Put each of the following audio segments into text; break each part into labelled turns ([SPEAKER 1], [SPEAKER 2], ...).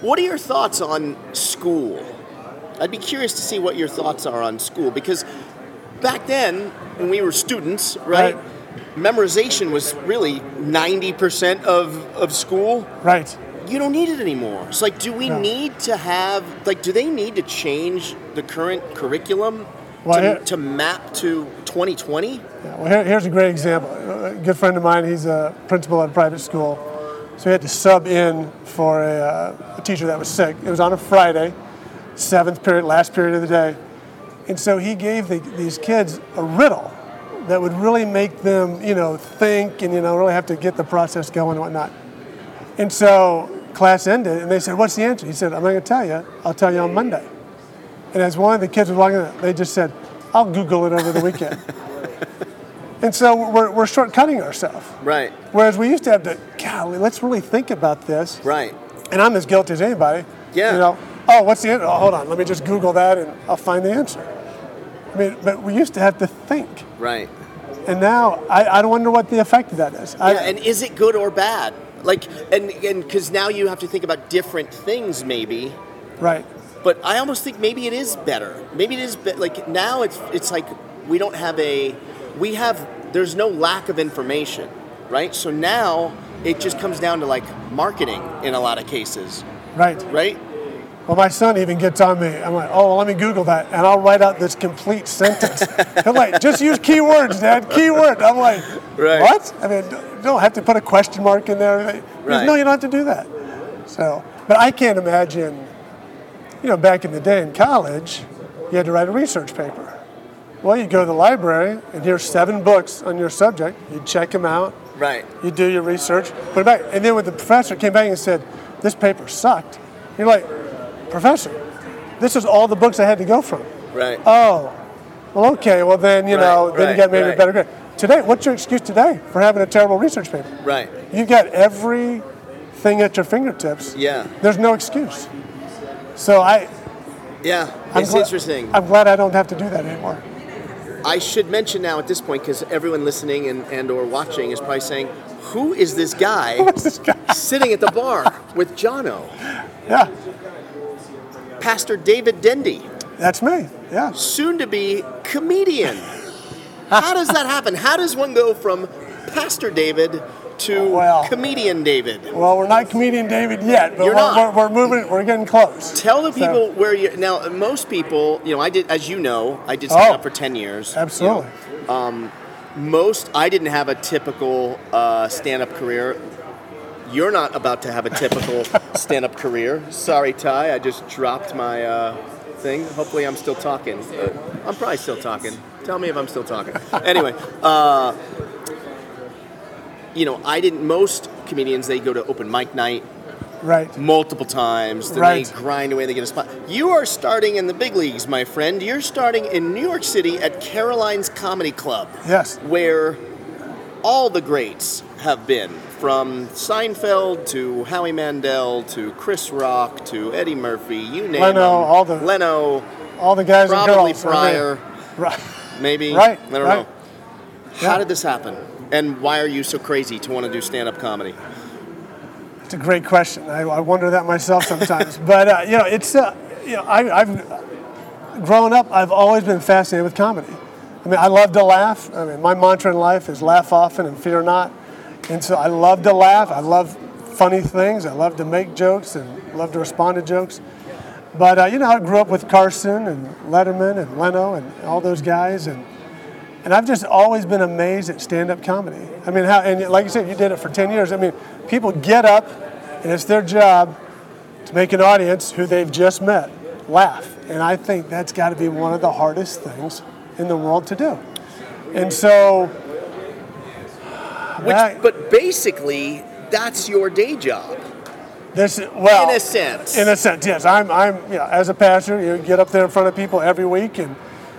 [SPEAKER 1] What are your thoughts on school? I'd be curious to see what your thoughts are on school because back then, when we were students, right,
[SPEAKER 2] Right.
[SPEAKER 1] memorization was really 90% of, of school.
[SPEAKER 2] Right.
[SPEAKER 1] You don't need it anymore. It's like, do we
[SPEAKER 2] No.
[SPEAKER 1] need to have, like, do they need to change the current curriculum
[SPEAKER 2] Well,
[SPEAKER 1] to,
[SPEAKER 2] here-
[SPEAKER 1] to map to 2020?
[SPEAKER 2] Yeah, well, here, here's a great example. A good friend of mine, he's a principal at a private school. So he had to sub in for a, uh, a teacher that was sick. It was on a Friday, seventh period, last period of the day. And so he gave the, these kids a riddle that would really make them, you know, think and, you know, really have to get the process going and whatnot. And so class ended and they said, What's the answer? He said, I'm not going to tell you. I'll tell you on Monday. And as one of the kids was walking, in, they just said, I'll Google it over the weekend. and so we're, we're shortcutting ourselves.
[SPEAKER 1] Right,
[SPEAKER 2] Whereas we used to have to, golly, let's really think about this.
[SPEAKER 1] right.
[SPEAKER 2] And I'm as guilty as anybody.
[SPEAKER 1] Yeah.
[SPEAKER 2] You know, oh, what's the answer? Oh, hold on, let me just Google that and I'll find the answer. I mean, but we used to have to think.
[SPEAKER 1] Right.
[SPEAKER 2] And now I, I wonder what the effect of that is. I,
[SPEAKER 1] Yeah, and is it good or bad? Like, and and because now you have to think about different things, maybe.
[SPEAKER 2] right.
[SPEAKER 1] But I almost think maybe it is better. Maybe it is be- like now it's it's like we don't have a we have there's no lack of information, right? So now it just comes down to like marketing in a lot of cases,
[SPEAKER 2] Right.
[SPEAKER 1] right?
[SPEAKER 2] Well, my son even gets on me. I'm like, oh, well, let me Google that, and I'll write out this complete sentence. He'll like, just use keywords, Dad, keyword. I'm like,
[SPEAKER 1] Right.
[SPEAKER 2] what? I mean, you don't have to put a question mark in there. He goes,
[SPEAKER 1] Right.
[SPEAKER 2] No, you don't have to do that. So, but I can't imagine, you know, back in the day in college, you had to write a research paper. Well, you go to the library, and here's seven books on your subject. You check them out,
[SPEAKER 1] Right.
[SPEAKER 2] you do your research, put it back. And then when the professor came back and said, this paper sucked, you're like, professor, this is all the books I had to go from.
[SPEAKER 1] Right.
[SPEAKER 2] Oh, well, okay, well then, you know,
[SPEAKER 1] Right,
[SPEAKER 2] then
[SPEAKER 1] right,
[SPEAKER 2] you got maybe
[SPEAKER 1] right.
[SPEAKER 2] a better grade. Today, what's your excuse today for having a terrible research paper?
[SPEAKER 1] right.
[SPEAKER 2] You've got everything at your fingertips.
[SPEAKER 1] Yeah.
[SPEAKER 2] There's no excuse. So I,
[SPEAKER 1] Yeah.
[SPEAKER 2] I'm
[SPEAKER 1] it's
[SPEAKER 2] gla-
[SPEAKER 1] interesting.
[SPEAKER 2] I'm glad I don't have to do that anymore.
[SPEAKER 1] I should mention now at this point because everyone listening and, and or watching is probably saying, "Who is this guy
[SPEAKER 2] What's this guy?
[SPEAKER 1] sitting at the bar with Jono?"
[SPEAKER 2] Yeah,
[SPEAKER 1] Pastor David Dendy,
[SPEAKER 2] that's me. Yeah.
[SPEAKER 1] soon to be comedian. How does that happen? How does one go from Pastor David to
[SPEAKER 2] Well.
[SPEAKER 1] comedian David?
[SPEAKER 2] Well, we're not comedian David yet, but
[SPEAKER 1] You're
[SPEAKER 2] we're,
[SPEAKER 1] not.
[SPEAKER 2] we're, we're moving. We're getting close.
[SPEAKER 1] Tell the
[SPEAKER 2] So-
[SPEAKER 1] people where you now. Most people, you know, I did, as you know, I did stand
[SPEAKER 2] Oh.
[SPEAKER 1] up for ten years. you know.
[SPEAKER 2] Absolutely.
[SPEAKER 1] most I didn't have a typical uh, stand-up career. You're not about to have a typical stand-up career. Sorry, Ty. I just dropped my uh, thing. Hopefully, I'm still talking. Uh, I'm probably still talking. Tell me if I'm still talking. Anyway, uh, you know, I didn't. Most comedians they go to open mic night
[SPEAKER 2] Right.
[SPEAKER 1] multiple times. Then
[SPEAKER 2] Right.
[SPEAKER 1] they grind away. They get a spot. You are starting in the big leagues, my friend. You're starting in New York City at Caroline's Comedy Club
[SPEAKER 2] Yes.
[SPEAKER 1] where all the greats have been from Seinfeld to Howie Mandel to Chris Rock to Eddie Murphy, you name
[SPEAKER 2] Leno,
[SPEAKER 1] 'em.
[SPEAKER 2] all the-
[SPEAKER 1] Leno,
[SPEAKER 2] All the guys
[SPEAKER 1] probably
[SPEAKER 2] and girls. are there.
[SPEAKER 1] Pryor,
[SPEAKER 2] Right.
[SPEAKER 1] maybe.
[SPEAKER 2] Right,
[SPEAKER 1] I don't
[SPEAKER 2] right.
[SPEAKER 1] know.
[SPEAKER 2] Yeah.
[SPEAKER 1] How did this happen? And why are you so crazy to want to do stand up comedy?
[SPEAKER 2] It's a great question. I, I wonder that myself sometimes. but uh, you know, it's uh, you know, I, I've grown up. I've always been fascinated with comedy. I mean, I love to laugh. I mean, my mantra in life is laugh often and fear not. And so I love to laugh. I love funny things. I love to make jokes and love to respond to jokes. But uh, you know, I grew up with Carson and Letterman and Leno and all those guys, and and I've just always been amazed at stand-up comedy. I mean, how and like you said, you did it for ten years. I mean, people get up, and it's their job to make an audience who they've just met laugh, and I think that's got to be one of the hardest things in the world to do. And so,
[SPEAKER 1] Which,
[SPEAKER 2] Right.
[SPEAKER 1] but basically, that's your day job,
[SPEAKER 2] this well,
[SPEAKER 1] in a sense.
[SPEAKER 2] In a sense, yes. I'm, I'm you know, as a pastor, you get up there in front of people every week and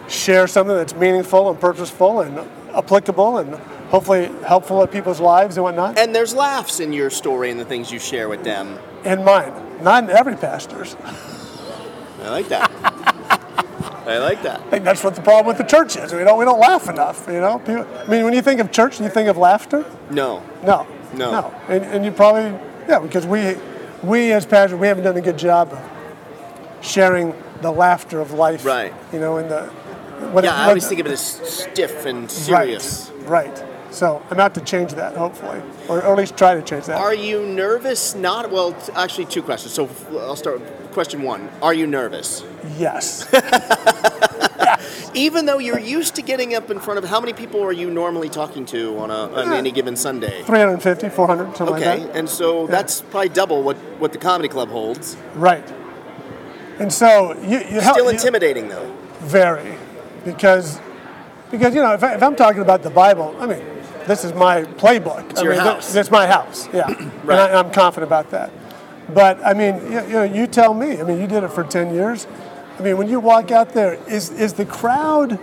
[SPEAKER 2] share something that's meaningful and purposeful and applicable and hopefully helpful in people's lives and whatnot.
[SPEAKER 1] and there's laughs in your story and the things you share with them.
[SPEAKER 2] And mine, not in every pastor's. I
[SPEAKER 1] I like that. I like that.
[SPEAKER 2] think that's what the problem with the church is. We don't, we don't laugh enough, you know? People, I mean, when you think of church, do you think of laughter?
[SPEAKER 1] No.
[SPEAKER 2] No.
[SPEAKER 1] No.
[SPEAKER 2] No. And, and you probably, yeah, because we, we as pastors, we haven't done a good job of sharing the laughter of life.
[SPEAKER 1] Right.
[SPEAKER 2] You know, in the what
[SPEAKER 1] Yeah, I
[SPEAKER 2] what-
[SPEAKER 1] always think of it as stiff and serious.
[SPEAKER 2] Right. Right. So I'm out to change that, hopefully, or at least try to change that.
[SPEAKER 1] Are you nervous? Not well. t- Actually, two questions. So f- I'll start. with Question one: Are you nervous?
[SPEAKER 2] yes.
[SPEAKER 1] Even though you're used to getting up in front of how many people are you normally talking to on, a, on any given Sunday?
[SPEAKER 2] 350, 400, something like
[SPEAKER 1] Okay,
[SPEAKER 2] that.
[SPEAKER 1] and so that's probably double what, what the comedy club holds.
[SPEAKER 2] Right. And so you, you help.
[SPEAKER 1] Still
[SPEAKER 2] you-
[SPEAKER 1] intimidating though.
[SPEAKER 2] Very, because because you know if, I, if I'm talking about the Bible, I mean this is my playbook. I
[SPEAKER 1] your
[SPEAKER 2] mean,
[SPEAKER 1] house.
[SPEAKER 2] This, my house. Yeah, and
[SPEAKER 1] Right.
[SPEAKER 2] I, I'm confident about that. But I mean, you, you know, you tell me. I mean, you did it for ten years. I mean, when you walk out there, is is the crowd?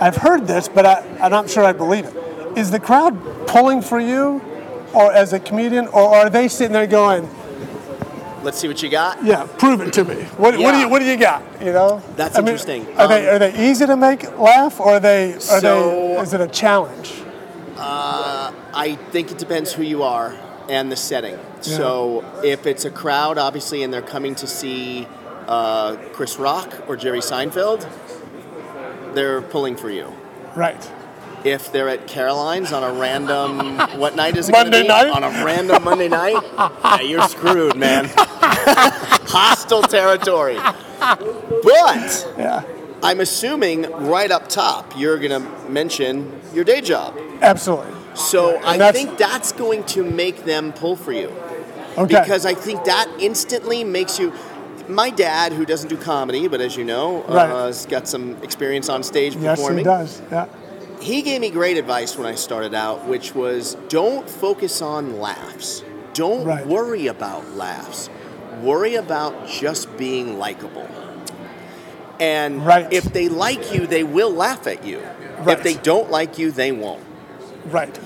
[SPEAKER 2] I've heard this, but I, I'm not sure I believe it. Is the crowd pulling for you, or as a comedian, or are they sitting there going,
[SPEAKER 1] Let's see what you got.
[SPEAKER 2] yeah, prove it to me. What, what do
[SPEAKER 1] Yeah.
[SPEAKER 2] you What do you got? You know.
[SPEAKER 1] That's
[SPEAKER 2] I mean,
[SPEAKER 1] interesting.
[SPEAKER 2] Are they
[SPEAKER 1] Um,
[SPEAKER 2] Are they easy to make laugh, or are they Are
[SPEAKER 1] So-
[SPEAKER 2] they Is it a challenge?
[SPEAKER 1] I think it depends who you are and the setting. So if it's a crowd, obviously, and they're coming to see uh, Chris Rock or Jerry Seinfeld, they're pulling for you.
[SPEAKER 2] Right.
[SPEAKER 1] If they're at Caroline's on a random what night is it
[SPEAKER 2] Monday
[SPEAKER 1] gonna
[SPEAKER 2] night?
[SPEAKER 1] be? On a random Monday night, yeah, you're screwed, man. Hostile territory. But
[SPEAKER 2] Yeah.
[SPEAKER 1] I'm assuming right up top, you're gonna mention your day job.
[SPEAKER 2] Absolutely.
[SPEAKER 1] So I
[SPEAKER 2] that's-
[SPEAKER 1] think that's going to make them pull for you
[SPEAKER 2] Okay.
[SPEAKER 1] because I think that instantly makes you. My dad, who doesn't do comedy, but as you know,
[SPEAKER 2] Right.
[SPEAKER 1] uh, has got some experience on stage
[SPEAKER 2] yes,
[SPEAKER 1] performing.
[SPEAKER 2] it does. Yeah.
[SPEAKER 1] He gave me great advice when I started out, which was don't focus on laughs. Don't
[SPEAKER 2] Right.
[SPEAKER 1] worry about laughs. Worry about just being likable. And
[SPEAKER 2] Right.
[SPEAKER 1] if they like you, they will laugh at you. If
[SPEAKER 2] Right.
[SPEAKER 1] they don't like you, they won't.
[SPEAKER 2] Right.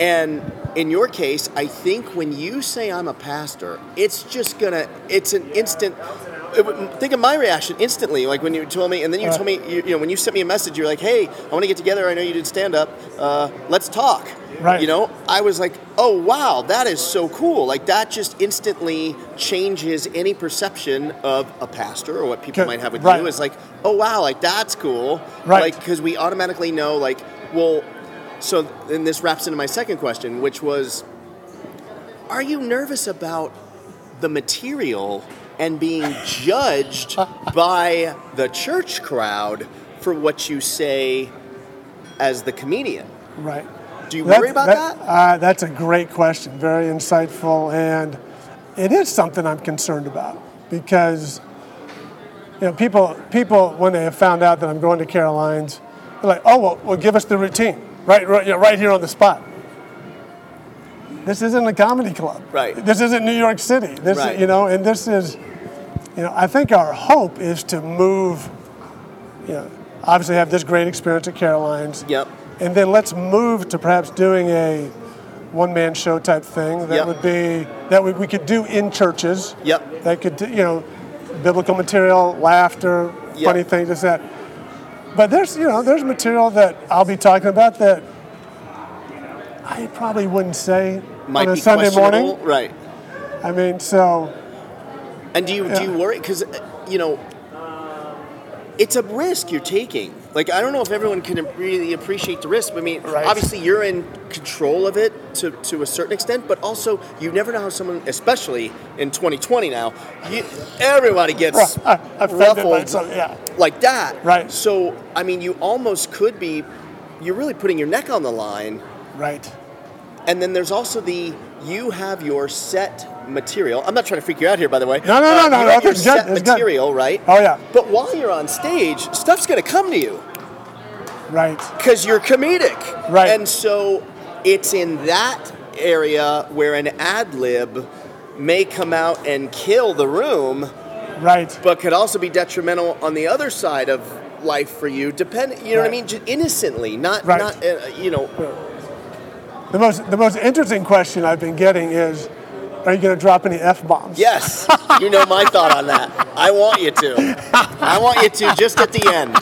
[SPEAKER 1] And in your case, I think when you say I'm a pastor, it's just gonna, it's an instant. it would- Think of my reaction instantly, like when you told me, and then you
[SPEAKER 2] Right.
[SPEAKER 1] told me, you, you know, when you sent me a message, you're like, "Hey, I want to get together. I know you did stand up. Uh, let's talk."
[SPEAKER 2] Right.
[SPEAKER 1] You know, I was like, "Oh wow, that is so cool!" Like that just instantly changes any perception of a pastor or what people
[SPEAKER 2] Good.
[SPEAKER 1] might have with
[SPEAKER 2] Right.
[SPEAKER 1] you. Is like, "Oh wow, like that's cool."
[SPEAKER 2] Right.
[SPEAKER 1] Like because we automatically know, like, well, so then this wraps into my second question, which was Are you nervous about the material and being judged by the church crowd for what you say as the comedian?
[SPEAKER 2] Right.
[SPEAKER 1] Do you worry about that?
[SPEAKER 2] Uh, that's a great question. Very insightful, and it is something I'm concerned about because you know people people when they have found out that I'm going to Caroline's, they're like, oh well, well give us the routine right right, yeah, right here on the spot. This isn't a comedy club.
[SPEAKER 1] Right.
[SPEAKER 2] This isn't New York City. This
[SPEAKER 1] Right.
[SPEAKER 2] you know, and this is you know I think our hope is to move. You know, obviously have this great experience at Caroline's.
[SPEAKER 1] Yep.
[SPEAKER 2] And then let's move to perhaps doing a one-man show type thing that
[SPEAKER 1] Yep.
[SPEAKER 2] would be that we, we could do in churches.
[SPEAKER 1] Yep.
[SPEAKER 2] That could do- you know, biblical material, laughter,
[SPEAKER 1] Yep.
[SPEAKER 2] funny things, this that. But there's you know there's material that I'll be talking about that I probably wouldn't say
[SPEAKER 1] Might
[SPEAKER 2] on a
[SPEAKER 1] be
[SPEAKER 2] Sunday
[SPEAKER 1] questionable,
[SPEAKER 2] morning.
[SPEAKER 1] right?
[SPEAKER 2] I mean, so
[SPEAKER 1] And do you do you
[SPEAKER 2] Yeah.
[SPEAKER 1] worry because you know it's a risk you're taking. Like I don't know if everyone can really appreciate the risk. I mean,
[SPEAKER 2] Right.
[SPEAKER 1] obviously you're in control of it to, to a certain extent, but also you never know how someone, especially in 2020 now, you, everybody gets
[SPEAKER 2] I, I felt it,
[SPEAKER 1] ruffled
[SPEAKER 2] but so yeah.
[SPEAKER 1] like that.
[SPEAKER 2] Right.
[SPEAKER 1] So I mean, you almost could be. You're really putting your neck on the line
[SPEAKER 2] Right.
[SPEAKER 1] and then there's also the you have your set material. I'm not trying to freak you out here, by the way. Uh,
[SPEAKER 2] No, no, no, no,
[SPEAKER 1] You
[SPEAKER 2] no,
[SPEAKER 1] have your
[SPEAKER 2] it's good,
[SPEAKER 1] set
[SPEAKER 2] it's good.
[SPEAKER 1] material, right?
[SPEAKER 2] Oh, yeah.
[SPEAKER 1] But while you're on stage, stuff's going to come to you
[SPEAKER 2] Right.
[SPEAKER 1] because you're comedic.
[SPEAKER 2] Right.
[SPEAKER 1] And so it's in that area where an ad lib may come out and kill the room,
[SPEAKER 2] Right.
[SPEAKER 1] but could also be detrimental on the other side of life for you. Depend, you know what I
[SPEAKER 2] Right.
[SPEAKER 1] mean? Just innocently, not
[SPEAKER 2] Right.
[SPEAKER 1] not uh, you know.
[SPEAKER 2] The most the most interesting question I've been getting is, are you going to drop any f bombs?
[SPEAKER 1] Yes, you know my thought on that. I want you to. I want you to just at the end.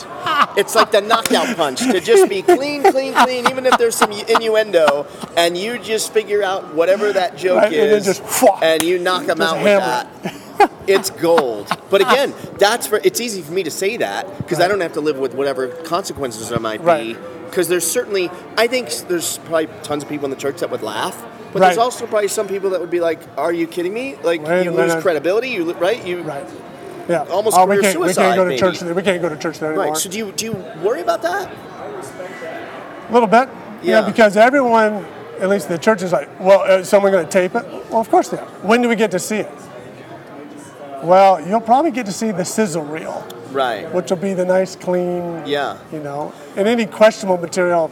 [SPEAKER 1] It's like the knockout punch to just be clean, clean, clean, even if there's some innuendo, and you just figure out whatever that joke
[SPEAKER 2] Right, and then
[SPEAKER 1] is,
[SPEAKER 2] just whop,
[SPEAKER 1] and you knock them
[SPEAKER 2] just
[SPEAKER 1] out
[SPEAKER 2] hammer
[SPEAKER 1] with that. It's gold. But again, that's for it's easy for me to say that because I don't have to live with whatever consequences there might be.
[SPEAKER 2] Right.
[SPEAKER 1] Because there's certainly, I think there's probably tons of people in the church that would laugh. But there's
[SPEAKER 2] Right.
[SPEAKER 1] also probably some people that would be like, "Are you kidding me? Like
[SPEAKER 2] Wait a
[SPEAKER 1] you lose
[SPEAKER 2] minute.
[SPEAKER 1] credibility, you lo- right? You
[SPEAKER 2] Right. Yeah.
[SPEAKER 1] Almost
[SPEAKER 2] oh, we
[SPEAKER 1] career
[SPEAKER 2] can't, we
[SPEAKER 1] suicide,
[SPEAKER 2] can't go to
[SPEAKER 1] maybe.
[SPEAKER 2] church. There. We can't go to church there anymore.
[SPEAKER 1] right? So do you do you worry about that?
[SPEAKER 2] A little bit. Yeah.
[SPEAKER 1] Yeah.
[SPEAKER 2] because everyone, at least the church, is like, well, is someone going to tape it? Well, of course they are. When do we get to see it? Well, you'll probably get to see the sizzle reel,
[SPEAKER 1] Right.
[SPEAKER 2] which will be the nice, clean,
[SPEAKER 1] Yeah.
[SPEAKER 2] you know, and any questionable material.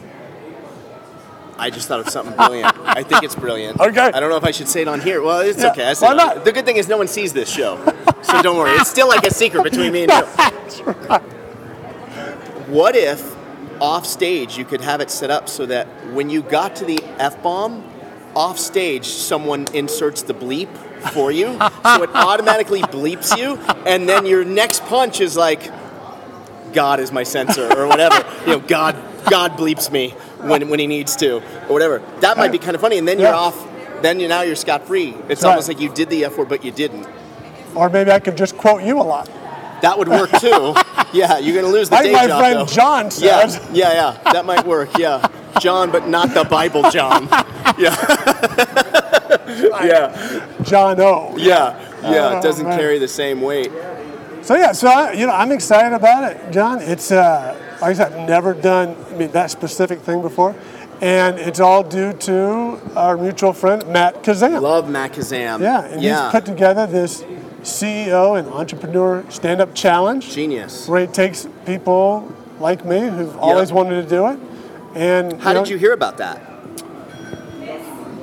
[SPEAKER 1] I just thought of something brilliant. I think it's brilliant.
[SPEAKER 2] Okay.
[SPEAKER 1] I don't know if I should say it on here. Well, it's
[SPEAKER 2] Yeah,
[SPEAKER 1] okay. I said it
[SPEAKER 2] why
[SPEAKER 1] on
[SPEAKER 2] not?
[SPEAKER 1] here. The good thing is no one sees this show, so don't worry. It's still like a secret between me and you.
[SPEAKER 2] That's right.
[SPEAKER 1] What if off stage you could have it set up so that when you got to the F bomb, off stage someone inserts the bleep for you. so it automatically bleeps you, and then your next punch is like, God is my censor or whatever. you know, God God bleeps me when, when he needs to or whatever. That might be kind of funny, and then you're
[SPEAKER 2] Yeah.
[SPEAKER 1] off then you now you're scot free. It's
[SPEAKER 2] Right.
[SPEAKER 1] almost like you did the F word but you didn't.
[SPEAKER 2] Or maybe I could just quote you a lot.
[SPEAKER 1] That would work too. yeah, you're gonna lose the
[SPEAKER 2] Like
[SPEAKER 1] day
[SPEAKER 2] my
[SPEAKER 1] job,
[SPEAKER 2] friend
[SPEAKER 1] though.
[SPEAKER 2] John
[SPEAKER 1] Yeah,
[SPEAKER 2] says.
[SPEAKER 1] yeah, yeah. That might work. Yeah, John, but not the Bible John. Yeah, yeah,
[SPEAKER 2] John O.
[SPEAKER 1] yeah, yeah. It doesn't
[SPEAKER 2] Oh, man.
[SPEAKER 1] carry the same weight.
[SPEAKER 2] So yeah, so I, you know, I'm excited about it, John. It's uh, like I said, I've never done I mean that specific thing before, and it's all due to our mutual friend Matt Kazam.
[SPEAKER 1] Love Macazam.
[SPEAKER 2] yeah, and
[SPEAKER 1] yeah.
[SPEAKER 2] he's put together this CEO and entrepreneur stand-up challenge
[SPEAKER 1] Genius.
[SPEAKER 2] where it takes people like me who've always wanted to do it, and
[SPEAKER 1] How
[SPEAKER 2] know,
[SPEAKER 1] did you hear about that?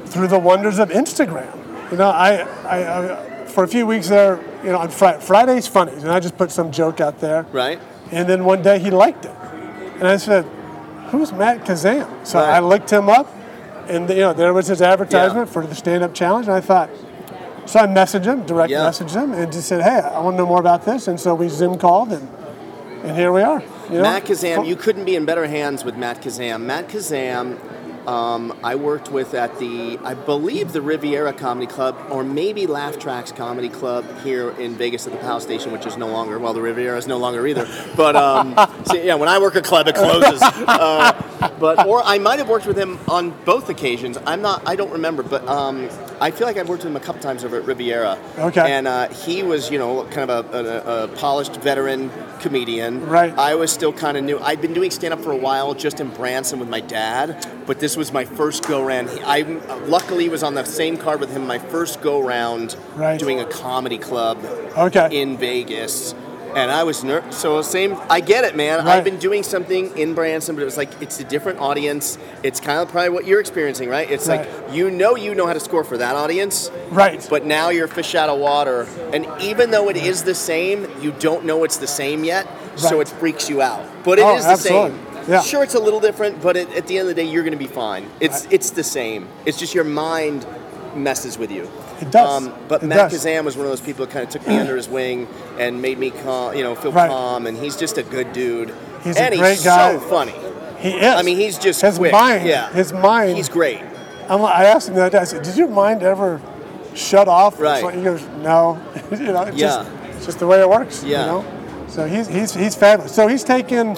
[SPEAKER 2] through the wonders of Instagram. You know, I, I, I for a few weeks there, you know, on Friday, Friday's funny, and I just put some joke out there.
[SPEAKER 1] Right.
[SPEAKER 2] And then one day he liked it. And I said, Who's Matt Kazam? So
[SPEAKER 1] Right.
[SPEAKER 2] I looked him up, and you know there was his advertisement for the stand up challenge. And I thought, so I messaged him, direct
[SPEAKER 1] Yeah.
[SPEAKER 2] messaged him, and just said, Hey, I want to know more about this. And so we Zoom called, and, and here we are. You know?
[SPEAKER 1] Matt Kazam, you couldn't be in better hands with Matt Kazam. Matt Kazam, um, I worked with at the, I believe, the Riviera Comedy Club, or maybe Laugh Tracks Comedy Club here in Vegas at the Powell Station, which is no longer, well, the Riviera is no longer either. But um, so, yeah, when I work a club, it closes. Uh, but or I might have worked with him on both occasions. I'm not, I don't remember, but um, I feel like I've worked with him a couple times over at Riviera.
[SPEAKER 2] Okay.
[SPEAKER 1] And uh, he was, you know, kind of a, a, a polished veteran comedian.
[SPEAKER 2] Right.
[SPEAKER 1] I was still kind of new. I'd been doing stand up for a while just in Branson with my dad, but this was my first go round. I luckily was on the same card with him my first go round
[SPEAKER 2] Right.
[SPEAKER 1] doing a comedy club
[SPEAKER 2] Okay.
[SPEAKER 1] in Vegas. And I was ner- so same. I get it, man. I've
[SPEAKER 2] Right.
[SPEAKER 1] been doing something in Branson, but it was like it's a different audience. It's kind of probably what you're experiencing, right? It's
[SPEAKER 2] Right.
[SPEAKER 1] like you know you know how to score for that audience,
[SPEAKER 2] right.
[SPEAKER 1] but now you're fish out of water. And even though it is the same, you don't know it's the same yet, so
[SPEAKER 2] Right.
[SPEAKER 1] it freaks you out. But it is
[SPEAKER 2] Oh,
[SPEAKER 1] the
[SPEAKER 2] absolutely.
[SPEAKER 1] same.
[SPEAKER 2] Yeah.
[SPEAKER 1] Sure, it's a little different, but it, at the end of the day, you're going to be fine. It's it's the same. It's just your mind messes with you. Um,
[SPEAKER 2] It does.
[SPEAKER 1] but
[SPEAKER 2] It
[SPEAKER 1] Matt
[SPEAKER 2] does.
[SPEAKER 1] Kazam was one of those people that kind of took me under his wing and made me calm, you know, feel
[SPEAKER 2] Right.
[SPEAKER 1] calm. And he's just a good dude.
[SPEAKER 2] He's a
[SPEAKER 1] and
[SPEAKER 2] great
[SPEAKER 1] he's
[SPEAKER 2] guy.
[SPEAKER 1] so funny.
[SPEAKER 2] he is.
[SPEAKER 1] I mean, he's just
[SPEAKER 2] his
[SPEAKER 1] quick.
[SPEAKER 2] mind.
[SPEAKER 1] Yeah,
[SPEAKER 2] His mind.
[SPEAKER 1] He's great.
[SPEAKER 2] I'm, like- I asked him the other day. I said, "Did your mind ever shut off?" It's
[SPEAKER 1] Right.
[SPEAKER 2] like- he goes, "No." you know, it's just,
[SPEAKER 1] Yeah.
[SPEAKER 2] it's just the way it works.
[SPEAKER 1] Yeah.
[SPEAKER 2] You know. So he's he's he's fabulous. So he's taken.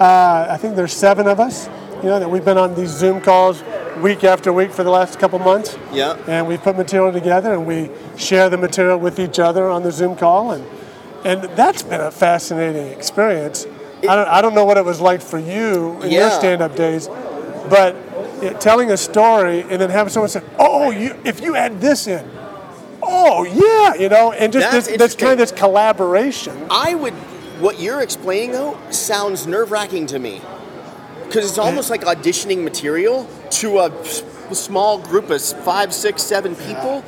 [SPEAKER 2] Uh, I think there's seven of us. You know that we've been on these Zoom calls week after week for the last couple months.
[SPEAKER 1] Yeah.
[SPEAKER 2] And we put material together and we share the material with each other on the Zoom call and and that's been a fascinating experience. I don't I don't know what it was like for you in your
[SPEAKER 1] Yeah.
[SPEAKER 2] stand-up days, but it, telling a story and then having someone say, "Oh, you, if you add this in, oh yeah," you know, and just
[SPEAKER 1] That's
[SPEAKER 2] this, this kind of this
[SPEAKER 1] interesting.
[SPEAKER 2] collaboration.
[SPEAKER 1] I would. What you're explaining though sounds nerve wracking to me, because it's almost like auditioning material to a s- small group of s- five, six, seven people.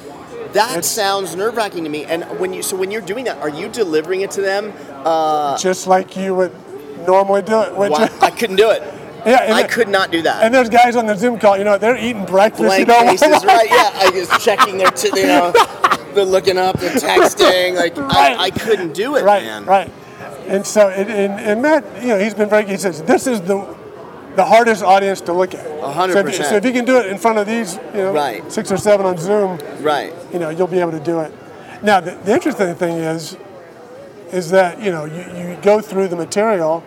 [SPEAKER 1] That
[SPEAKER 2] It's-
[SPEAKER 1] sounds nerve wracking to me. And when you so when you're doing that, are you delivering it to them? Uh,
[SPEAKER 2] just like you would normally do it. Which,
[SPEAKER 1] Why, I couldn't do it.
[SPEAKER 2] yeah, and,
[SPEAKER 1] I
[SPEAKER 2] the-
[SPEAKER 1] could not do that.
[SPEAKER 2] and there's guys on the Zoom call, you know, they're eating breakfast. you
[SPEAKER 1] Blank
[SPEAKER 2] know,
[SPEAKER 1] faces, right? Yeah, I was checking their, t- you know, they're looking up, they're texting. Like
[SPEAKER 2] Right.
[SPEAKER 1] I, I couldn't do it,
[SPEAKER 2] right,
[SPEAKER 1] man.
[SPEAKER 2] right. And so, it, and, and Matt, you know, he's been very, he says, this is the the hardest audience to look at.
[SPEAKER 1] hundred
[SPEAKER 2] So if you-
[SPEAKER 1] percent.
[SPEAKER 2] So if you can do it in front of these, you know,
[SPEAKER 1] Right.
[SPEAKER 2] six or seven on Zoom,
[SPEAKER 1] Right.
[SPEAKER 2] you know, you'll be able to do it. Now, the, the interesting thing is, is that, you know, you, you go through the material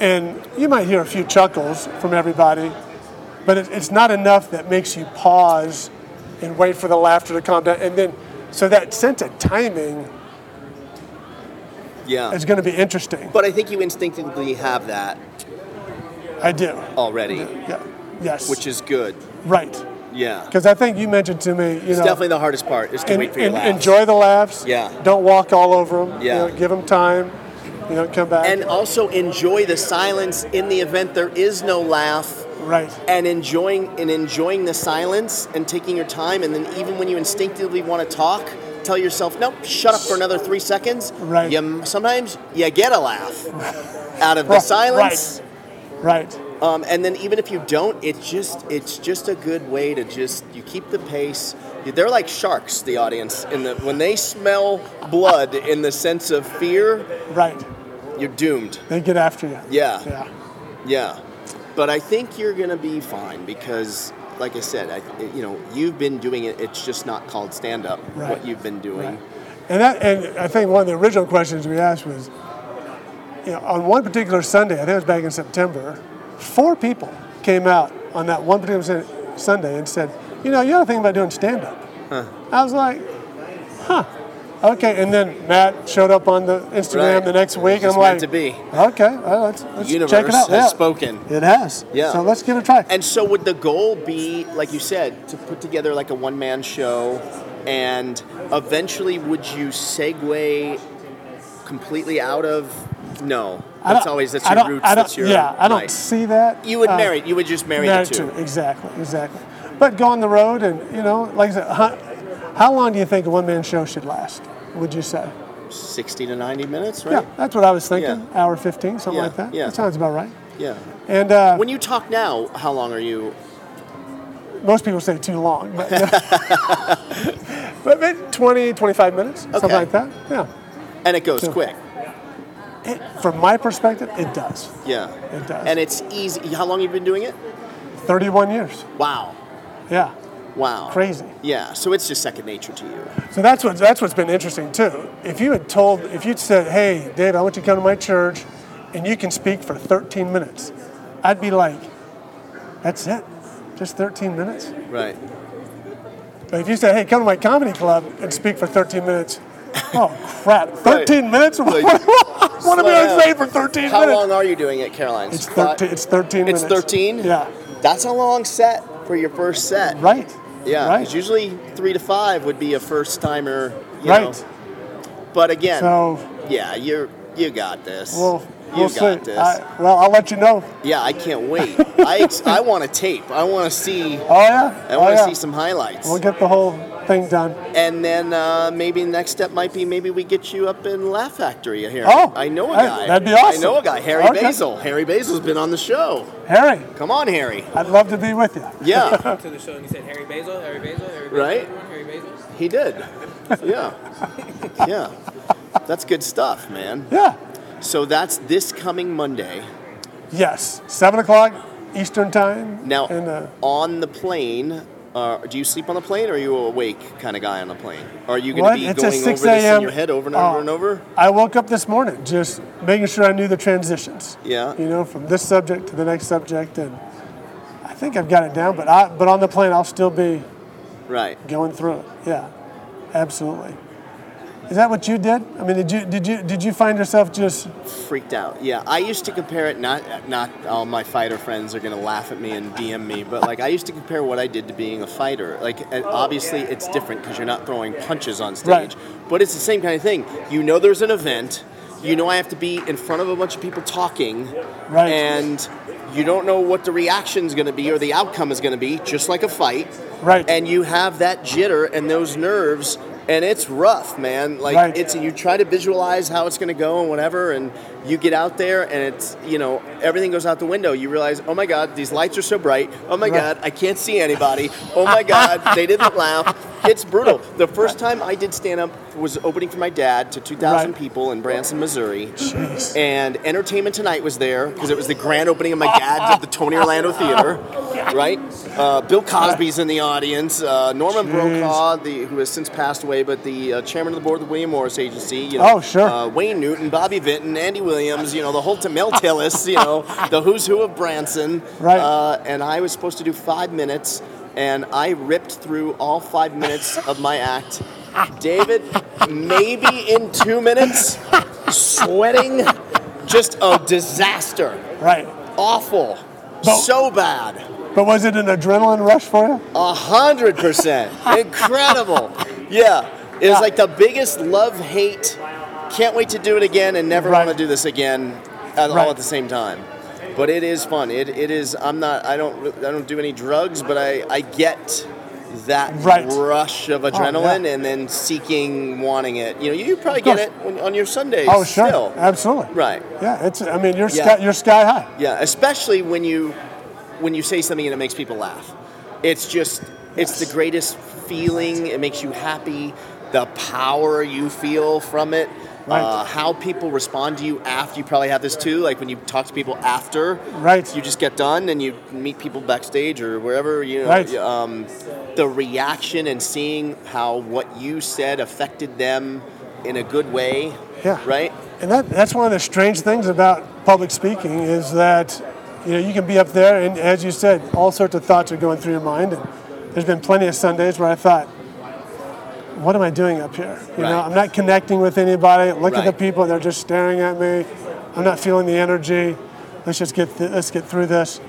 [SPEAKER 2] and you might hear a few chuckles from everybody, but it, it's not enough that makes you pause and wait for the laughter to calm down. And then, so that sense of timing
[SPEAKER 1] Yeah.
[SPEAKER 2] is going to be interesting.
[SPEAKER 1] But I think you instinctively have that
[SPEAKER 2] I do.
[SPEAKER 1] already,
[SPEAKER 2] Yeah. Yes.
[SPEAKER 1] which is good.
[SPEAKER 2] right.
[SPEAKER 1] Yeah. It's
[SPEAKER 2] Because I think you mentioned to me, you know,
[SPEAKER 1] definitely the hardest part is to
[SPEAKER 2] en-
[SPEAKER 1] wait for your
[SPEAKER 2] en-
[SPEAKER 1] laughs.
[SPEAKER 2] enjoy the laughs.
[SPEAKER 1] Yeah.
[SPEAKER 2] Don't walk all over them.
[SPEAKER 1] Yeah.
[SPEAKER 2] You know, give them time. You know, come back.
[SPEAKER 1] and also enjoy the silence in the event there is no laugh
[SPEAKER 2] right.
[SPEAKER 1] and enjoying and enjoying the silence and taking your time and then even when you instinctively want to talk tell yourself nope shut up for another three seconds
[SPEAKER 2] Right.
[SPEAKER 1] you, sometimes you get a laugh out of the
[SPEAKER 2] Right,
[SPEAKER 1] silence
[SPEAKER 2] Right.
[SPEAKER 1] um, and then even if you don't it's just it's just a good way to just you keep the pace they're like sharks the audience in the when they smell blood in the sense of fear
[SPEAKER 2] Right.
[SPEAKER 1] you're doomed
[SPEAKER 2] They get after you.
[SPEAKER 1] Yeah.
[SPEAKER 2] Yeah.
[SPEAKER 1] Yeah, but I think you're gonna be fine because, like I said, I, you know, you've been doing it. It's just not called stand up.
[SPEAKER 2] Right.
[SPEAKER 1] What you've been doing.
[SPEAKER 2] And that, and I think one of the original questions we asked was, you know, on one particular Sunday, I think it was back in September, four people came out on that one particular Sun- Sunday and said, you know, you ought to think about doing stand up. I was like, huh. Okay, and then Matt showed up on the Instagram
[SPEAKER 1] Right.
[SPEAKER 2] the next week,
[SPEAKER 1] It's
[SPEAKER 2] and I'm
[SPEAKER 1] just meant
[SPEAKER 2] like,
[SPEAKER 1] to be.
[SPEAKER 2] okay, well, let's, let's
[SPEAKER 1] Universe
[SPEAKER 2] check it out.
[SPEAKER 1] has
[SPEAKER 2] Yeah.
[SPEAKER 1] spoken.
[SPEAKER 2] It has.
[SPEAKER 1] Yeah.
[SPEAKER 2] So let's give it a try.
[SPEAKER 1] And so, would the goal be, like you said, to put together like a one man show, and eventually, would you segue completely out of? No,
[SPEAKER 2] I
[SPEAKER 1] that's
[SPEAKER 2] don't-
[SPEAKER 1] always that's
[SPEAKER 2] I
[SPEAKER 1] your
[SPEAKER 2] don't-
[SPEAKER 1] roots.
[SPEAKER 2] I don't-
[SPEAKER 1] that's your
[SPEAKER 2] yeah. I don't
[SPEAKER 1] right.
[SPEAKER 2] see that.
[SPEAKER 1] You would
[SPEAKER 2] uh,
[SPEAKER 1] marry. You would just marry
[SPEAKER 2] Married
[SPEAKER 1] the two.
[SPEAKER 2] to, exactly, exactly. But go on the road and, you know, like I said, how, how long do you think a one man show should last, would you say?
[SPEAKER 1] Sixty to ninety minutes, right?
[SPEAKER 2] Yeah, that's what I was thinking.
[SPEAKER 1] Yeah.
[SPEAKER 2] Hour 15, something
[SPEAKER 1] Yeah,
[SPEAKER 2] like that.
[SPEAKER 1] yeah.
[SPEAKER 2] That sounds about right.
[SPEAKER 1] Yeah.
[SPEAKER 2] And uh,
[SPEAKER 1] When you talk now, how long are you?
[SPEAKER 2] most people say too long, but, but maybe 20, 25 minutes, something
[SPEAKER 1] Okay.
[SPEAKER 2] like that. Yeah.
[SPEAKER 1] And it goes
[SPEAKER 2] Two.
[SPEAKER 1] quick.
[SPEAKER 2] It, from my perspective, it does.
[SPEAKER 1] Yeah.
[SPEAKER 2] It does.
[SPEAKER 1] And it's easy. How long you been doing it?
[SPEAKER 2] 31 years.
[SPEAKER 1] Wow.
[SPEAKER 2] Yeah.
[SPEAKER 1] Wow.
[SPEAKER 2] Crazy.
[SPEAKER 1] Yeah. So it's just second nature to you.
[SPEAKER 2] So that's what that's what's been interesting too. If you had told, if you'd said, "Hey, Dave, I want you to come to my church, and you can speak for 13 minutes," I'd be like, "That's it, just 13 minutes."
[SPEAKER 1] Right.
[SPEAKER 2] But if you said, "Hey, come to my comedy club and speak for 13 minutes," oh crap, 13 minutes? what what am I
[SPEAKER 1] slow
[SPEAKER 2] going
[SPEAKER 1] down.
[SPEAKER 2] to say for 13
[SPEAKER 1] How
[SPEAKER 2] minutes?
[SPEAKER 1] long are you doing it, Caroline?
[SPEAKER 2] It's
[SPEAKER 1] Five-
[SPEAKER 2] 13. It's 13
[SPEAKER 1] It's
[SPEAKER 2] minutes.
[SPEAKER 1] 13?
[SPEAKER 2] Yeah.
[SPEAKER 1] That's a long set for your first set.
[SPEAKER 2] Right.
[SPEAKER 1] Yeah. 'cause
[SPEAKER 2] Right.
[SPEAKER 1] usually three to five would be a first timer. you
[SPEAKER 2] Right.
[SPEAKER 1] know. But again,
[SPEAKER 2] So
[SPEAKER 1] yeah, you're you got this.
[SPEAKER 2] we'll
[SPEAKER 1] you
[SPEAKER 2] we'll see.
[SPEAKER 1] got this.
[SPEAKER 2] I, well, I'll let you know.
[SPEAKER 1] yeah, I can't wait. I ex- I want to tape. I want to see.
[SPEAKER 2] Oh yeah.
[SPEAKER 1] I want
[SPEAKER 2] oh,
[SPEAKER 1] to
[SPEAKER 2] yeah.
[SPEAKER 1] see some highlights.
[SPEAKER 2] We'll get the whole thing done.
[SPEAKER 1] And then uh, maybe the next step might be maybe we get you up in Laugh Factory here.
[SPEAKER 2] Oh,
[SPEAKER 1] I know a
[SPEAKER 2] hey,
[SPEAKER 1] guy.
[SPEAKER 2] that'd be
[SPEAKER 1] I
[SPEAKER 2] awesome.
[SPEAKER 1] know a guy, Harry
[SPEAKER 2] Okay.
[SPEAKER 1] Basil. Harry Basil's been on the show.
[SPEAKER 2] Harry,
[SPEAKER 1] Come on, Harry.
[SPEAKER 2] I'd love to be with you.
[SPEAKER 1] Yeah,
[SPEAKER 3] to the show and he said Harry Basil, Harry Basil, Harry Basil,
[SPEAKER 1] Right.
[SPEAKER 3] everyone, Harry Basil.
[SPEAKER 1] he did. Yeah, yeah. That's good stuff, man.
[SPEAKER 2] Yeah.
[SPEAKER 1] So that's this coming Monday.
[SPEAKER 2] Yes. Seven o'clock Eastern time.
[SPEAKER 1] Now,
[SPEAKER 2] And uh,
[SPEAKER 1] on the plane, uh, do you sleep on the plane or are you awake kind of guy on the plane? Are you going
[SPEAKER 2] What?
[SPEAKER 1] to be
[SPEAKER 2] It's a
[SPEAKER 1] going over
[SPEAKER 2] 6
[SPEAKER 1] this in
[SPEAKER 2] a.m..
[SPEAKER 1] your head over and over
[SPEAKER 2] Oh.
[SPEAKER 1] and over?
[SPEAKER 2] I woke up this morning just making sure I knew the transitions.
[SPEAKER 1] Yeah.
[SPEAKER 2] You know, from this subject to the next subject, and I think I've got it down. But I, but on the plane, I'll still be
[SPEAKER 1] Right.
[SPEAKER 2] going through it. Yeah. Absolutely. Is that what you did? I mean, did you did you did you find yourself just
[SPEAKER 1] freaked out. Yeah, I used to compare it. Not not all my fighter friends are gonna laugh at me and DM me, but like I used to compare what I did to being a fighter. Like and obviously it's different because you're not throwing punches on stage,
[SPEAKER 2] Right.
[SPEAKER 1] but it's the same kind of thing. You know, there's an event. You know, I have to be in front of a bunch of people talking,
[SPEAKER 2] Right.
[SPEAKER 1] and you don't know what the reaction's gonna be or the outcome is gonna be. Just like a fight,
[SPEAKER 2] right?
[SPEAKER 1] and you have that jitter and those nerves and it's rough, man. Like
[SPEAKER 2] Right.
[SPEAKER 1] it's you try to visualize how it's going to go and whatever, and you get out there and it's you know everything goes out the window. You realize, oh my god, these lights are so bright. Oh my god, I can't see anybody. Oh my god, they didn't laugh. It's brutal. The first time I did stand up was opening for my dad to 2,000
[SPEAKER 2] Right.
[SPEAKER 1] people in Branson, Missouri.
[SPEAKER 2] Jeez.
[SPEAKER 1] And Entertainment Tonight was there because it was the grand opening of my dad's at the Tony Orlando Theater, right? Uh, Bill Cosby's in the audience. Uh, Norman Brokaw, the, who has since passed away, but the uh, chairman of the board of the William Morris Agency. You know,
[SPEAKER 2] Oh, sure.
[SPEAKER 1] Uh, Wayne Newton, Bobby Vinton, Andy Williams. You know, the whole t- Mel Tillis. You know, the who's who of Branson.
[SPEAKER 2] Right.
[SPEAKER 1] Uh, and I was supposed to do five minutes, and I ripped through all five minutes of my act. David, maybe in two minutes sweating, just a disaster.
[SPEAKER 2] Right.
[SPEAKER 1] Awful.
[SPEAKER 2] But-
[SPEAKER 1] so bad.
[SPEAKER 2] But was it an adrenaline rush for you?
[SPEAKER 1] A hundred percent. Incredible. Yeah. It was like the biggest love hate. Can't wait to do it again and never
[SPEAKER 2] Right.
[SPEAKER 1] want to do this again at,
[SPEAKER 2] Right.
[SPEAKER 1] all at the same time. But it is fun. It, it is. I'm not. I don't. re- I don't do any drugs, but I I get that
[SPEAKER 2] Right. Oh,
[SPEAKER 1] rush of adrenaline and then seeking, wanting it. You know, you probably get
[SPEAKER 2] course.
[SPEAKER 1] it on, on your Sundays.
[SPEAKER 2] Oh, sure.
[SPEAKER 1] Still.
[SPEAKER 2] Absolutely.
[SPEAKER 1] Right.
[SPEAKER 2] Yeah, it's. I mean, you're
[SPEAKER 1] Yeah.
[SPEAKER 2] sky, you're sky high.
[SPEAKER 1] Yeah, especially when you when you say something and it makes people laugh. It's just it's the greatest feeling. It makes you happy. The power you feel from it.
[SPEAKER 2] Right.
[SPEAKER 1] Uh, how people respond to you after you probably have this too. Like when you talk to people after,
[SPEAKER 2] Right.
[SPEAKER 1] You just get done and you meet people backstage or wherever you know.
[SPEAKER 2] Right.
[SPEAKER 1] Um, the reaction and seeing how what you said affected them in a good way.
[SPEAKER 2] Yeah.
[SPEAKER 1] Right.
[SPEAKER 2] And that, that's one of the strange things about public speaking is that you know you can be up there and as you said, all sorts of thoughts are going through your mind. And there's been plenty of Sundays where I thought, what am I doing up here? You know,
[SPEAKER 1] Right.
[SPEAKER 2] I'm not connecting with anybody. Look at the
[SPEAKER 1] Right.
[SPEAKER 2] people; they're just staring at me. I'm not feeling the energy. Let's just get th- let's get through this.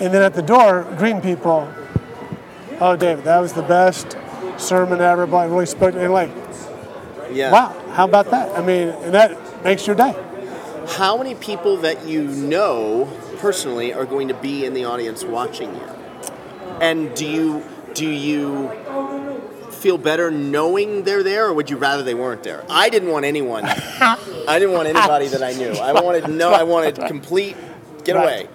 [SPEAKER 2] And then at the door, greeting people. Oh, David, that was the best sermon ever. But I really spoke to me like,
[SPEAKER 1] Yeah.
[SPEAKER 2] wow, how about that? I mean, and that makes your day.
[SPEAKER 1] How many people that you know personally are going to be in the audience watching you? And do you do you feel better knowing they're there, or would you rather they weren't there? I didn't want anyone. I didn't want anybody that I knew. I wanted no. I wanted complete get away.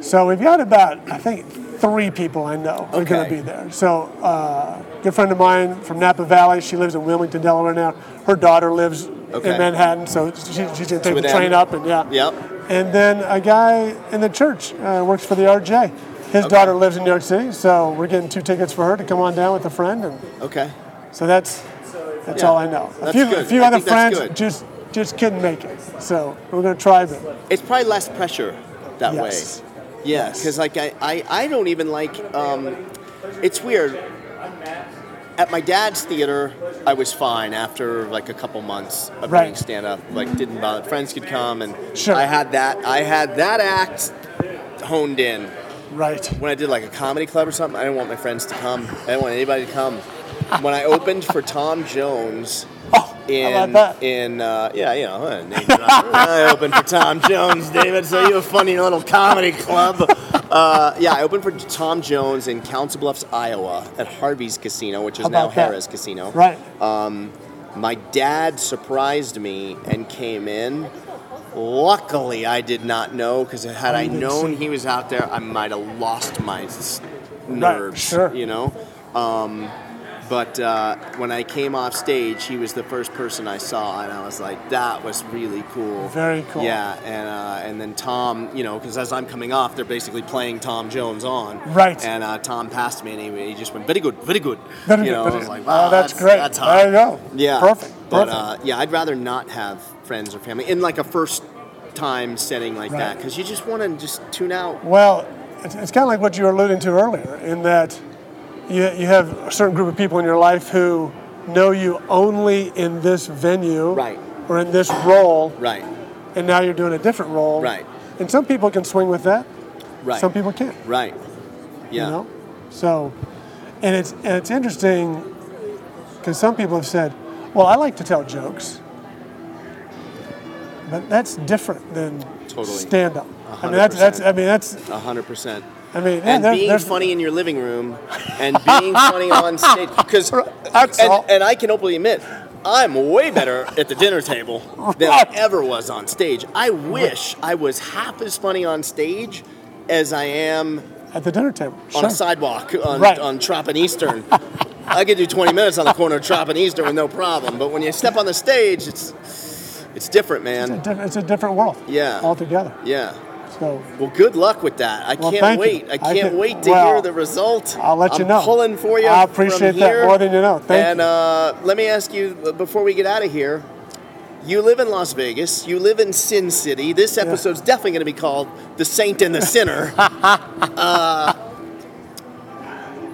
[SPEAKER 2] So we've got about, I think, three people I know are going to
[SPEAKER 1] Okay.
[SPEAKER 2] be there. So uh, a good friend of mine from Napa Valley, she lives in Wilmington, Delaware now. Her daughter lives
[SPEAKER 1] Okay.
[SPEAKER 2] in Manhattan, so she, she's going to take
[SPEAKER 1] with
[SPEAKER 2] the
[SPEAKER 1] them.
[SPEAKER 2] train up and yeah.
[SPEAKER 1] Yep.
[SPEAKER 2] And then a guy in the church uh, works for the RJ. His daughter lives in New York City, so we're getting two tickets for her to come on down with a friend, and
[SPEAKER 1] Okay.
[SPEAKER 2] so that's that's
[SPEAKER 1] Yeah.
[SPEAKER 2] all I know. A
[SPEAKER 1] That's
[SPEAKER 2] few, a
[SPEAKER 1] good.
[SPEAKER 2] few
[SPEAKER 1] I
[SPEAKER 2] other
[SPEAKER 1] think that's
[SPEAKER 2] friends
[SPEAKER 1] good.
[SPEAKER 2] just just couldn't make it, so we're going to try them.
[SPEAKER 1] It's probably less pressure that
[SPEAKER 2] Yes.
[SPEAKER 1] way. Yeah, because like I, I, I don't even like. Um, it's weird. At my dad's theater, I was fine after like a couple months of
[SPEAKER 2] Right.
[SPEAKER 1] doing stand up. Like didn't bother. Friends could come, and
[SPEAKER 2] Sure.
[SPEAKER 1] I had that. I had that act honed in.
[SPEAKER 2] Right.
[SPEAKER 1] When I did like a comedy club or something, I didn't want my friends to come. I didn't want anybody to come. When I opened for Tom Jones
[SPEAKER 2] Oh,
[SPEAKER 1] in
[SPEAKER 2] how about that?
[SPEAKER 1] in uh, yeah you know uh, name drop. I opened for Tom Jones, David. So you a funny little comedy club. Uh, yeah, I opened for Tom Jones in Council Bluffs, Iowa, at Harvey's Casino, which is
[SPEAKER 2] How
[SPEAKER 1] now
[SPEAKER 2] about that?
[SPEAKER 1] Harris Casino.
[SPEAKER 2] Right.
[SPEAKER 1] Uh, My dad surprised me and came in. Luckily, I did not know because had I
[SPEAKER 2] didn't
[SPEAKER 1] known
[SPEAKER 2] see.
[SPEAKER 1] he was out there, I might have lost my s- nerves.
[SPEAKER 2] sure.
[SPEAKER 1] You know. Um, But uh, when I came off stage, he was the first person I saw, and I was like, "That was really cool."
[SPEAKER 2] Very cool.
[SPEAKER 1] Yeah, and uh, and then Tom, you know, because as I'm coming off, they're basically playing Tom Jones on.
[SPEAKER 2] Right.
[SPEAKER 1] And uh, Tom passed me, and he, he just went, "Very good, very good."
[SPEAKER 2] Very
[SPEAKER 1] you
[SPEAKER 2] good,
[SPEAKER 1] know,
[SPEAKER 2] very
[SPEAKER 1] I was
[SPEAKER 2] good.
[SPEAKER 1] like, "Wow,
[SPEAKER 2] Oh, that's great.
[SPEAKER 1] That's hot."
[SPEAKER 2] There you go.
[SPEAKER 1] Yeah.
[SPEAKER 2] Perfect,
[SPEAKER 1] But
[SPEAKER 2] perfect.
[SPEAKER 1] Uh, yeah, I'd rather not have friends or family in like a first time setting like
[SPEAKER 2] Right.
[SPEAKER 1] that because you just want to just tune out.
[SPEAKER 2] Well, it's, it's kind of like what you were alluding to earlier, in that you, you have a certain group of people in your life who know you only in this venue
[SPEAKER 1] Right.
[SPEAKER 2] or in this role,
[SPEAKER 1] Right.
[SPEAKER 2] and now you're doing a different role.
[SPEAKER 1] Right.
[SPEAKER 2] And some people can swing with that,
[SPEAKER 1] Right.
[SPEAKER 2] some people can't.
[SPEAKER 1] Right. Yeah.
[SPEAKER 2] You know? So, and it's, and it's interesting because some people have said, well, I like to tell jokes. But that's different than
[SPEAKER 1] Totally.
[SPEAKER 2] stand up. I
[SPEAKER 1] 100%.
[SPEAKER 2] mean, that's, that's, I mean, that's,
[SPEAKER 1] A hundred percent.
[SPEAKER 2] I mean, yeah,
[SPEAKER 1] and
[SPEAKER 2] there-
[SPEAKER 1] being
[SPEAKER 2] there's-
[SPEAKER 1] funny in your living room and being funny on stage because
[SPEAKER 2] That's all.
[SPEAKER 1] and, and I can openly admit I'm way better at the dinner table than I ever was on stage. I wish I was half as funny on stage as I am
[SPEAKER 2] at the dinner table.
[SPEAKER 1] on
[SPEAKER 2] Sure.
[SPEAKER 1] a sidewalk on
[SPEAKER 2] Right.
[SPEAKER 1] on Trop and Eastern. I could do 20 minutes on the corner of Trop and Eastern with no problem, but when you step on the stage, it's it's different,
[SPEAKER 2] It's a,
[SPEAKER 1] man.
[SPEAKER 2] diff- it's a different world.
[SPEAKER 1] Yeah.
[SPEAKER 2] Altogether.
[SPEAKER 1] Yeah.
[SPEAKER 2] So
[SPEAKER 1] Well, good luck with that. I
[SPEAKER 2] Well,
[SPEAKER 1] can't
[SPEAKER 2] thank you.
[SPEAKER 1] wait. I
[SPEAKER 2] I
[SPEAKER 1] can't
[SPEAKER 2] think-
[SPEAKER 1] wait to
[SPEAKER 2] well,
[SPEAKER 1] hear the result.
[SPEAKER 2] I'll let you
[SPEAKER 1] I'm
[SPEAKER 2] know.
[SPEAKER 1] Pulling for you.
[SPEAKER 2] I appreciate
[SPEAKER 1] from
[SPEAKER 2] that
[SPEAKER 1] here.
[SPEAKER 2] more than you know. Thank
[SPEAKER 1] and
[SPEAKER 2] you.
[SPEAKER 1] uh, let me ask you uh, before we get out of here. You live in Las Vegas. You live in Sin City. This episode's definitely going to be called "The Saint and the Sinner." uh,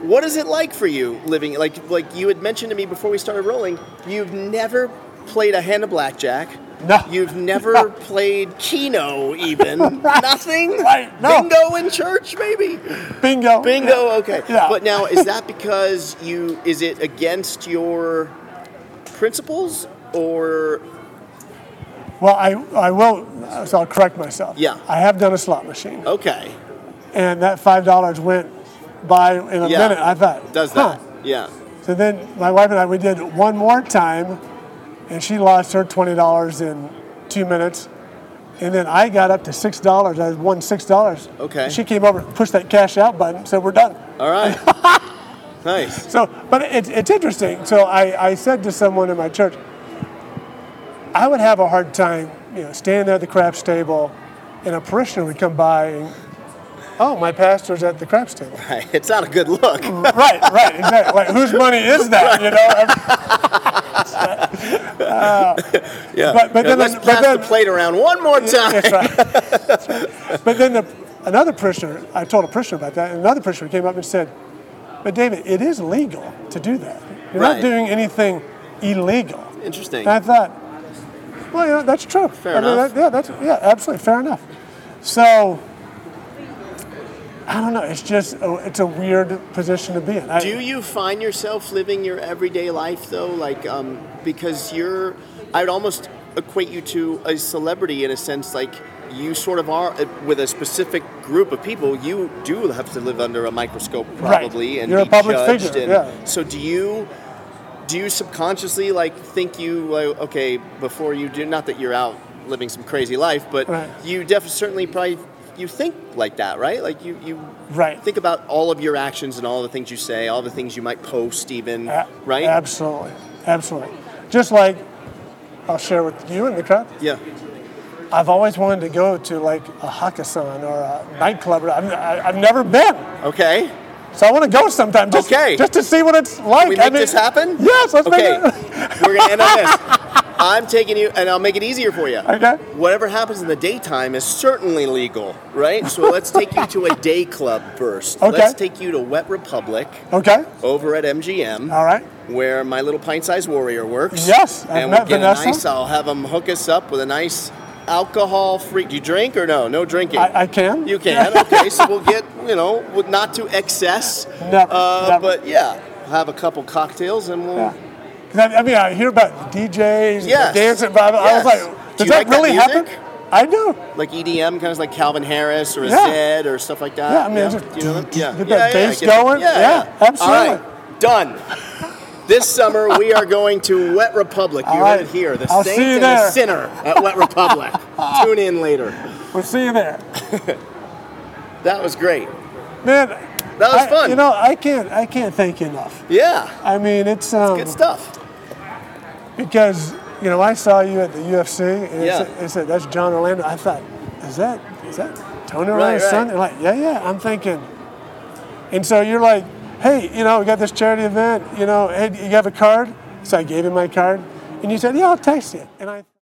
[SPEAKER 1] what is it like for you living? Like, like you had mentioned to me before we started rolling, you've never played a hand of blackjack.
[SPEAKER 2] No.
[SPEAKER 1] You've never played Keno, even nothing.
[SPEAKER 2] Right, no.
[SPEAKER 1] Bingo in church, maybe.
[SPEAKER 2] bingo.
[SPEAKER 1] Bingo. Okay.
[SPEAKER 2] Yeah.
[SPEAKER 1] But now, is that because you? Is it against your principles or?
[SPEAKER 2] Well, I, I will, so I'll correct myself.
[SPEAKER 1] Yeah.
[SPEAKER 2] I have done a slot machine.
[SPEAKER 1] Okay.
[SPEAKER 2] And that $5 went by in a
[SPEAKER 1] Yeah.
[SPEAKER 2] minute, I thought.
[SPEAKER 1] Does
[SPEAKER 2] huh.
[SPEAKER 1] that? Yeah.
[SPEAKER 2] So then my wife and I, we did one more time, and she lost her $20 in two minutes. And then I got up to $6. I won $6.
[SPEAKER 1] Okay.
[SPEAKER 2] She came over, pushed that cash out button, said, We're done.
[SPEAKER 1] All right. nice.
[SPEAKER 2] So, but it, it's interesting. So I, I said to someone in my church, I would have a hard time, you know, standing there at the craps table, and a parishioner would come by and, oh, my pastor's at the craps table.
[SPEAKER 1] It's not a good look.
[SPEAKER 2] right, right, exactly. Like, whose money is that? You know,
[SPEAKER 1] Yeah.
[SPEAKER 2] But- but
[SPEAKER 1] Yeah,
[SPEAKER 2] then-
[SPEAKER 1] let's
[SPEAKER 2] but
[SPEAKER 1] pass
[SPEAKER 2] then-
[SPEAKER 1] the plate around one more time.
[SPEAKER 2] that's right. That's right. But then the, another parishioner, I told a parishioner about that, and another parishioner came up and said, "But David, it is legal to do that. You're
[SPEAKER 1] Right.
[SPEAKER 2] not doing anything illegal."
[SPEAKER 1] Interesting.
[SPEAKER 2] And I thought, well, yeah, that's true.
[SPEAKER 1] Fair
[SPEAKER 2] I mean,
[SPEAKER 1] enough.
[SPEAKER 2] that- yeah, that's yeah, absolutely fair enough. So I don't know. It's just a, it's a weird position to be in. I,
[SPEAKER 1] Do you find yourself living your everyday life though, like um, because you're, I'd almost equate you to a celebrity in a sense, like you sort of are uh, with a specific group of people. You do have to live under a microscope
[SPEAKER 2] Right.
[SPEAKER 1] probably, and
[SPEAKER 2] You're a
[SPEAKER 1] be
[SPEAKER 2] public
[SPEAKER 1] judged.
[SPEAKER 2] figure,
[SPEAKER 1] and-
[SPEAKER 2] yeah.
[SPEAKER 1] So do you? Do you subconsciously like think you like okay before you do? Not that you're out living some crazy life, but
[SPEAKER 2] Right.
[SPEAKER 1] you definitely certainly probably you think like that, right? Like you you
[SPEAKER 2] right?
[SPEAKER 1] think about all of your actions and all the things you say, all the things you might post, even
[SPEAKER 2] A-
[SPEAKER 1] right?
[SPEAKER 2] Absolutely, absolutely. Just like I'll share with you and the crowd.
[SPEAKER 1] Yeah,
[SPEAKER 2] I've always wanted to go to like a Hakkasan or a nightclub. I've, I- I've never been,
[SPEAKER 1] okay.
[SPEAKER 2] so I want to go sometime. Just,
[SPEAKER 1] Okay.
[SPEAKER 2] Just to see what it's like.
[SPEAKER 1] Can we
[SPEAKER 2] I
[SPEAKER 1] make
[SPEAKER 2] mean-
[SPEAKER 1] this happen?
[SPEAKER 2] Yes. Let's
[SPEAKER 1] okay.
[SPEAKER 2] make it.
[SPEAKER 1] We're gonna end on this. I'm taking you, and I'll make it easier for you.
[SPEAKER 2] Okay.
[SPEAKER 1] Whatever happens in the daytime is certainly legal, right? So let's take you to a day club first.
[SPEAKER 2] Okay.
[SPEAKER 1] Let's take you to Wet Republic
[SPEAKER 2] Okay.
[SPEAKER 1] over at MGM.
[SPEAKER 2] All right.
[SPEAKER 1] where my little pint-sized warrior works.
[SPEAKER 2] Uh, Yes, I've
[SPEAKER 1] and we
[SPEAKER 2] met
[SPEAKER 1] get
[SPEAKER 2] Vanessa.
[SPEAKER 1] a nice. I'll have them hook us up with a nice alcohol-free. Do you drink or no? No drinking.
[SPEAKER 2] I- I can.
[SPEAKER 1] You can. okay, so we'll get you know with- not to excess.
[SPEAKER 2] Never,
[SPEAKER 1] uh,
[SPEAKER 2] never.
[SPEAKER 1] But yeah, have a couple cocktails and we'll.
[SPEAKER 2] Yeah. 'Cause I, I mean, I hear about DJs,
[SPEAKER 1] Yes.
[SPEAKER 2] and dancing, but I, I was
[SPEAKER 1] Yes.
[SPEAKER 2] like,
[SPEAKER 1] Do
[SPEAKER 2] does
[SPEAKER 1] you
[SPEAKER 2] that
[SPEAKER 1] like that
[SPEAKER 2] really happen?
[SPEAKER 1] music?
[SPEAKER 2] I do.
[SPEAKER 1] Like E EDM, kind of like Calvin Harris or a
[SPEAKER 2] Yeah.
[SPEAKER 1] Zed or stuff like that.
[SPEAKER 2] Yeah, I mean, it's
[SPEAKER 1] Do you know that?
[SPEAKER 2] just-
[SPEAKER 1] Yeah.
[SPEAKER 2] get
[SPEAKER 1] yeah,
[SPEAKER 2] that
[SPEAKER 1] yeah,
[SPEAKER 2] bass
[SPEAKER 1] get the-
[SPEAKER 2] going.
[SPEAKER 1] Yeah,
[SPEAKER 2] Yeah, absolutely.
[SPEAKER 1] All right, done. This summer we are going to Wet Republic. You
[SPEAKER 2] All
[SPEAKER 1] heard
[SPEAKER 2] right.
[SPEAKER 1] it here. The
[SPEAKER 2] I'll see
[SPEAKER 1] saint
[SPEAKER 2] you
[SPEAKER 1] and the
[SPEAKER 2] there.
[SPEAKER 1] sinner at Wet Republic. Tune in later.
[SPEAKER 2] We'll see you there,
[SPEAKER 1] That was great.
[SPEAKER 2] man.
[SPEAKER 1] That was
[SPEAKER 2] I-
[SPEAKER 1] fun.
[SPEAKER 2] You know, I can't, I can't thank you enough.
[SPEAKER 1] Yeah,
[SPEAKER 2] I mean, it's um,
[SPEAKER 1] good stuff.
[SPEAKER 2] because you know I saw you at the UFC, and
[SPEAKER 1] Yeah.
[SPEAKER 2] it, said, it said that's John Orlando. I thought, is that is that Tony
[SPEAKER 1] Right,
[SPEAKER 2] Orlando's
[SPEAKER 1] right.
[SPEAKER 2] son? They're like, yeah, yeah. I'm thinking, and so you're like, hey, you know, we got this charity event. You know, hey, do you have a card? So I gave him my card, and you said, yeah, I'll text you, and I.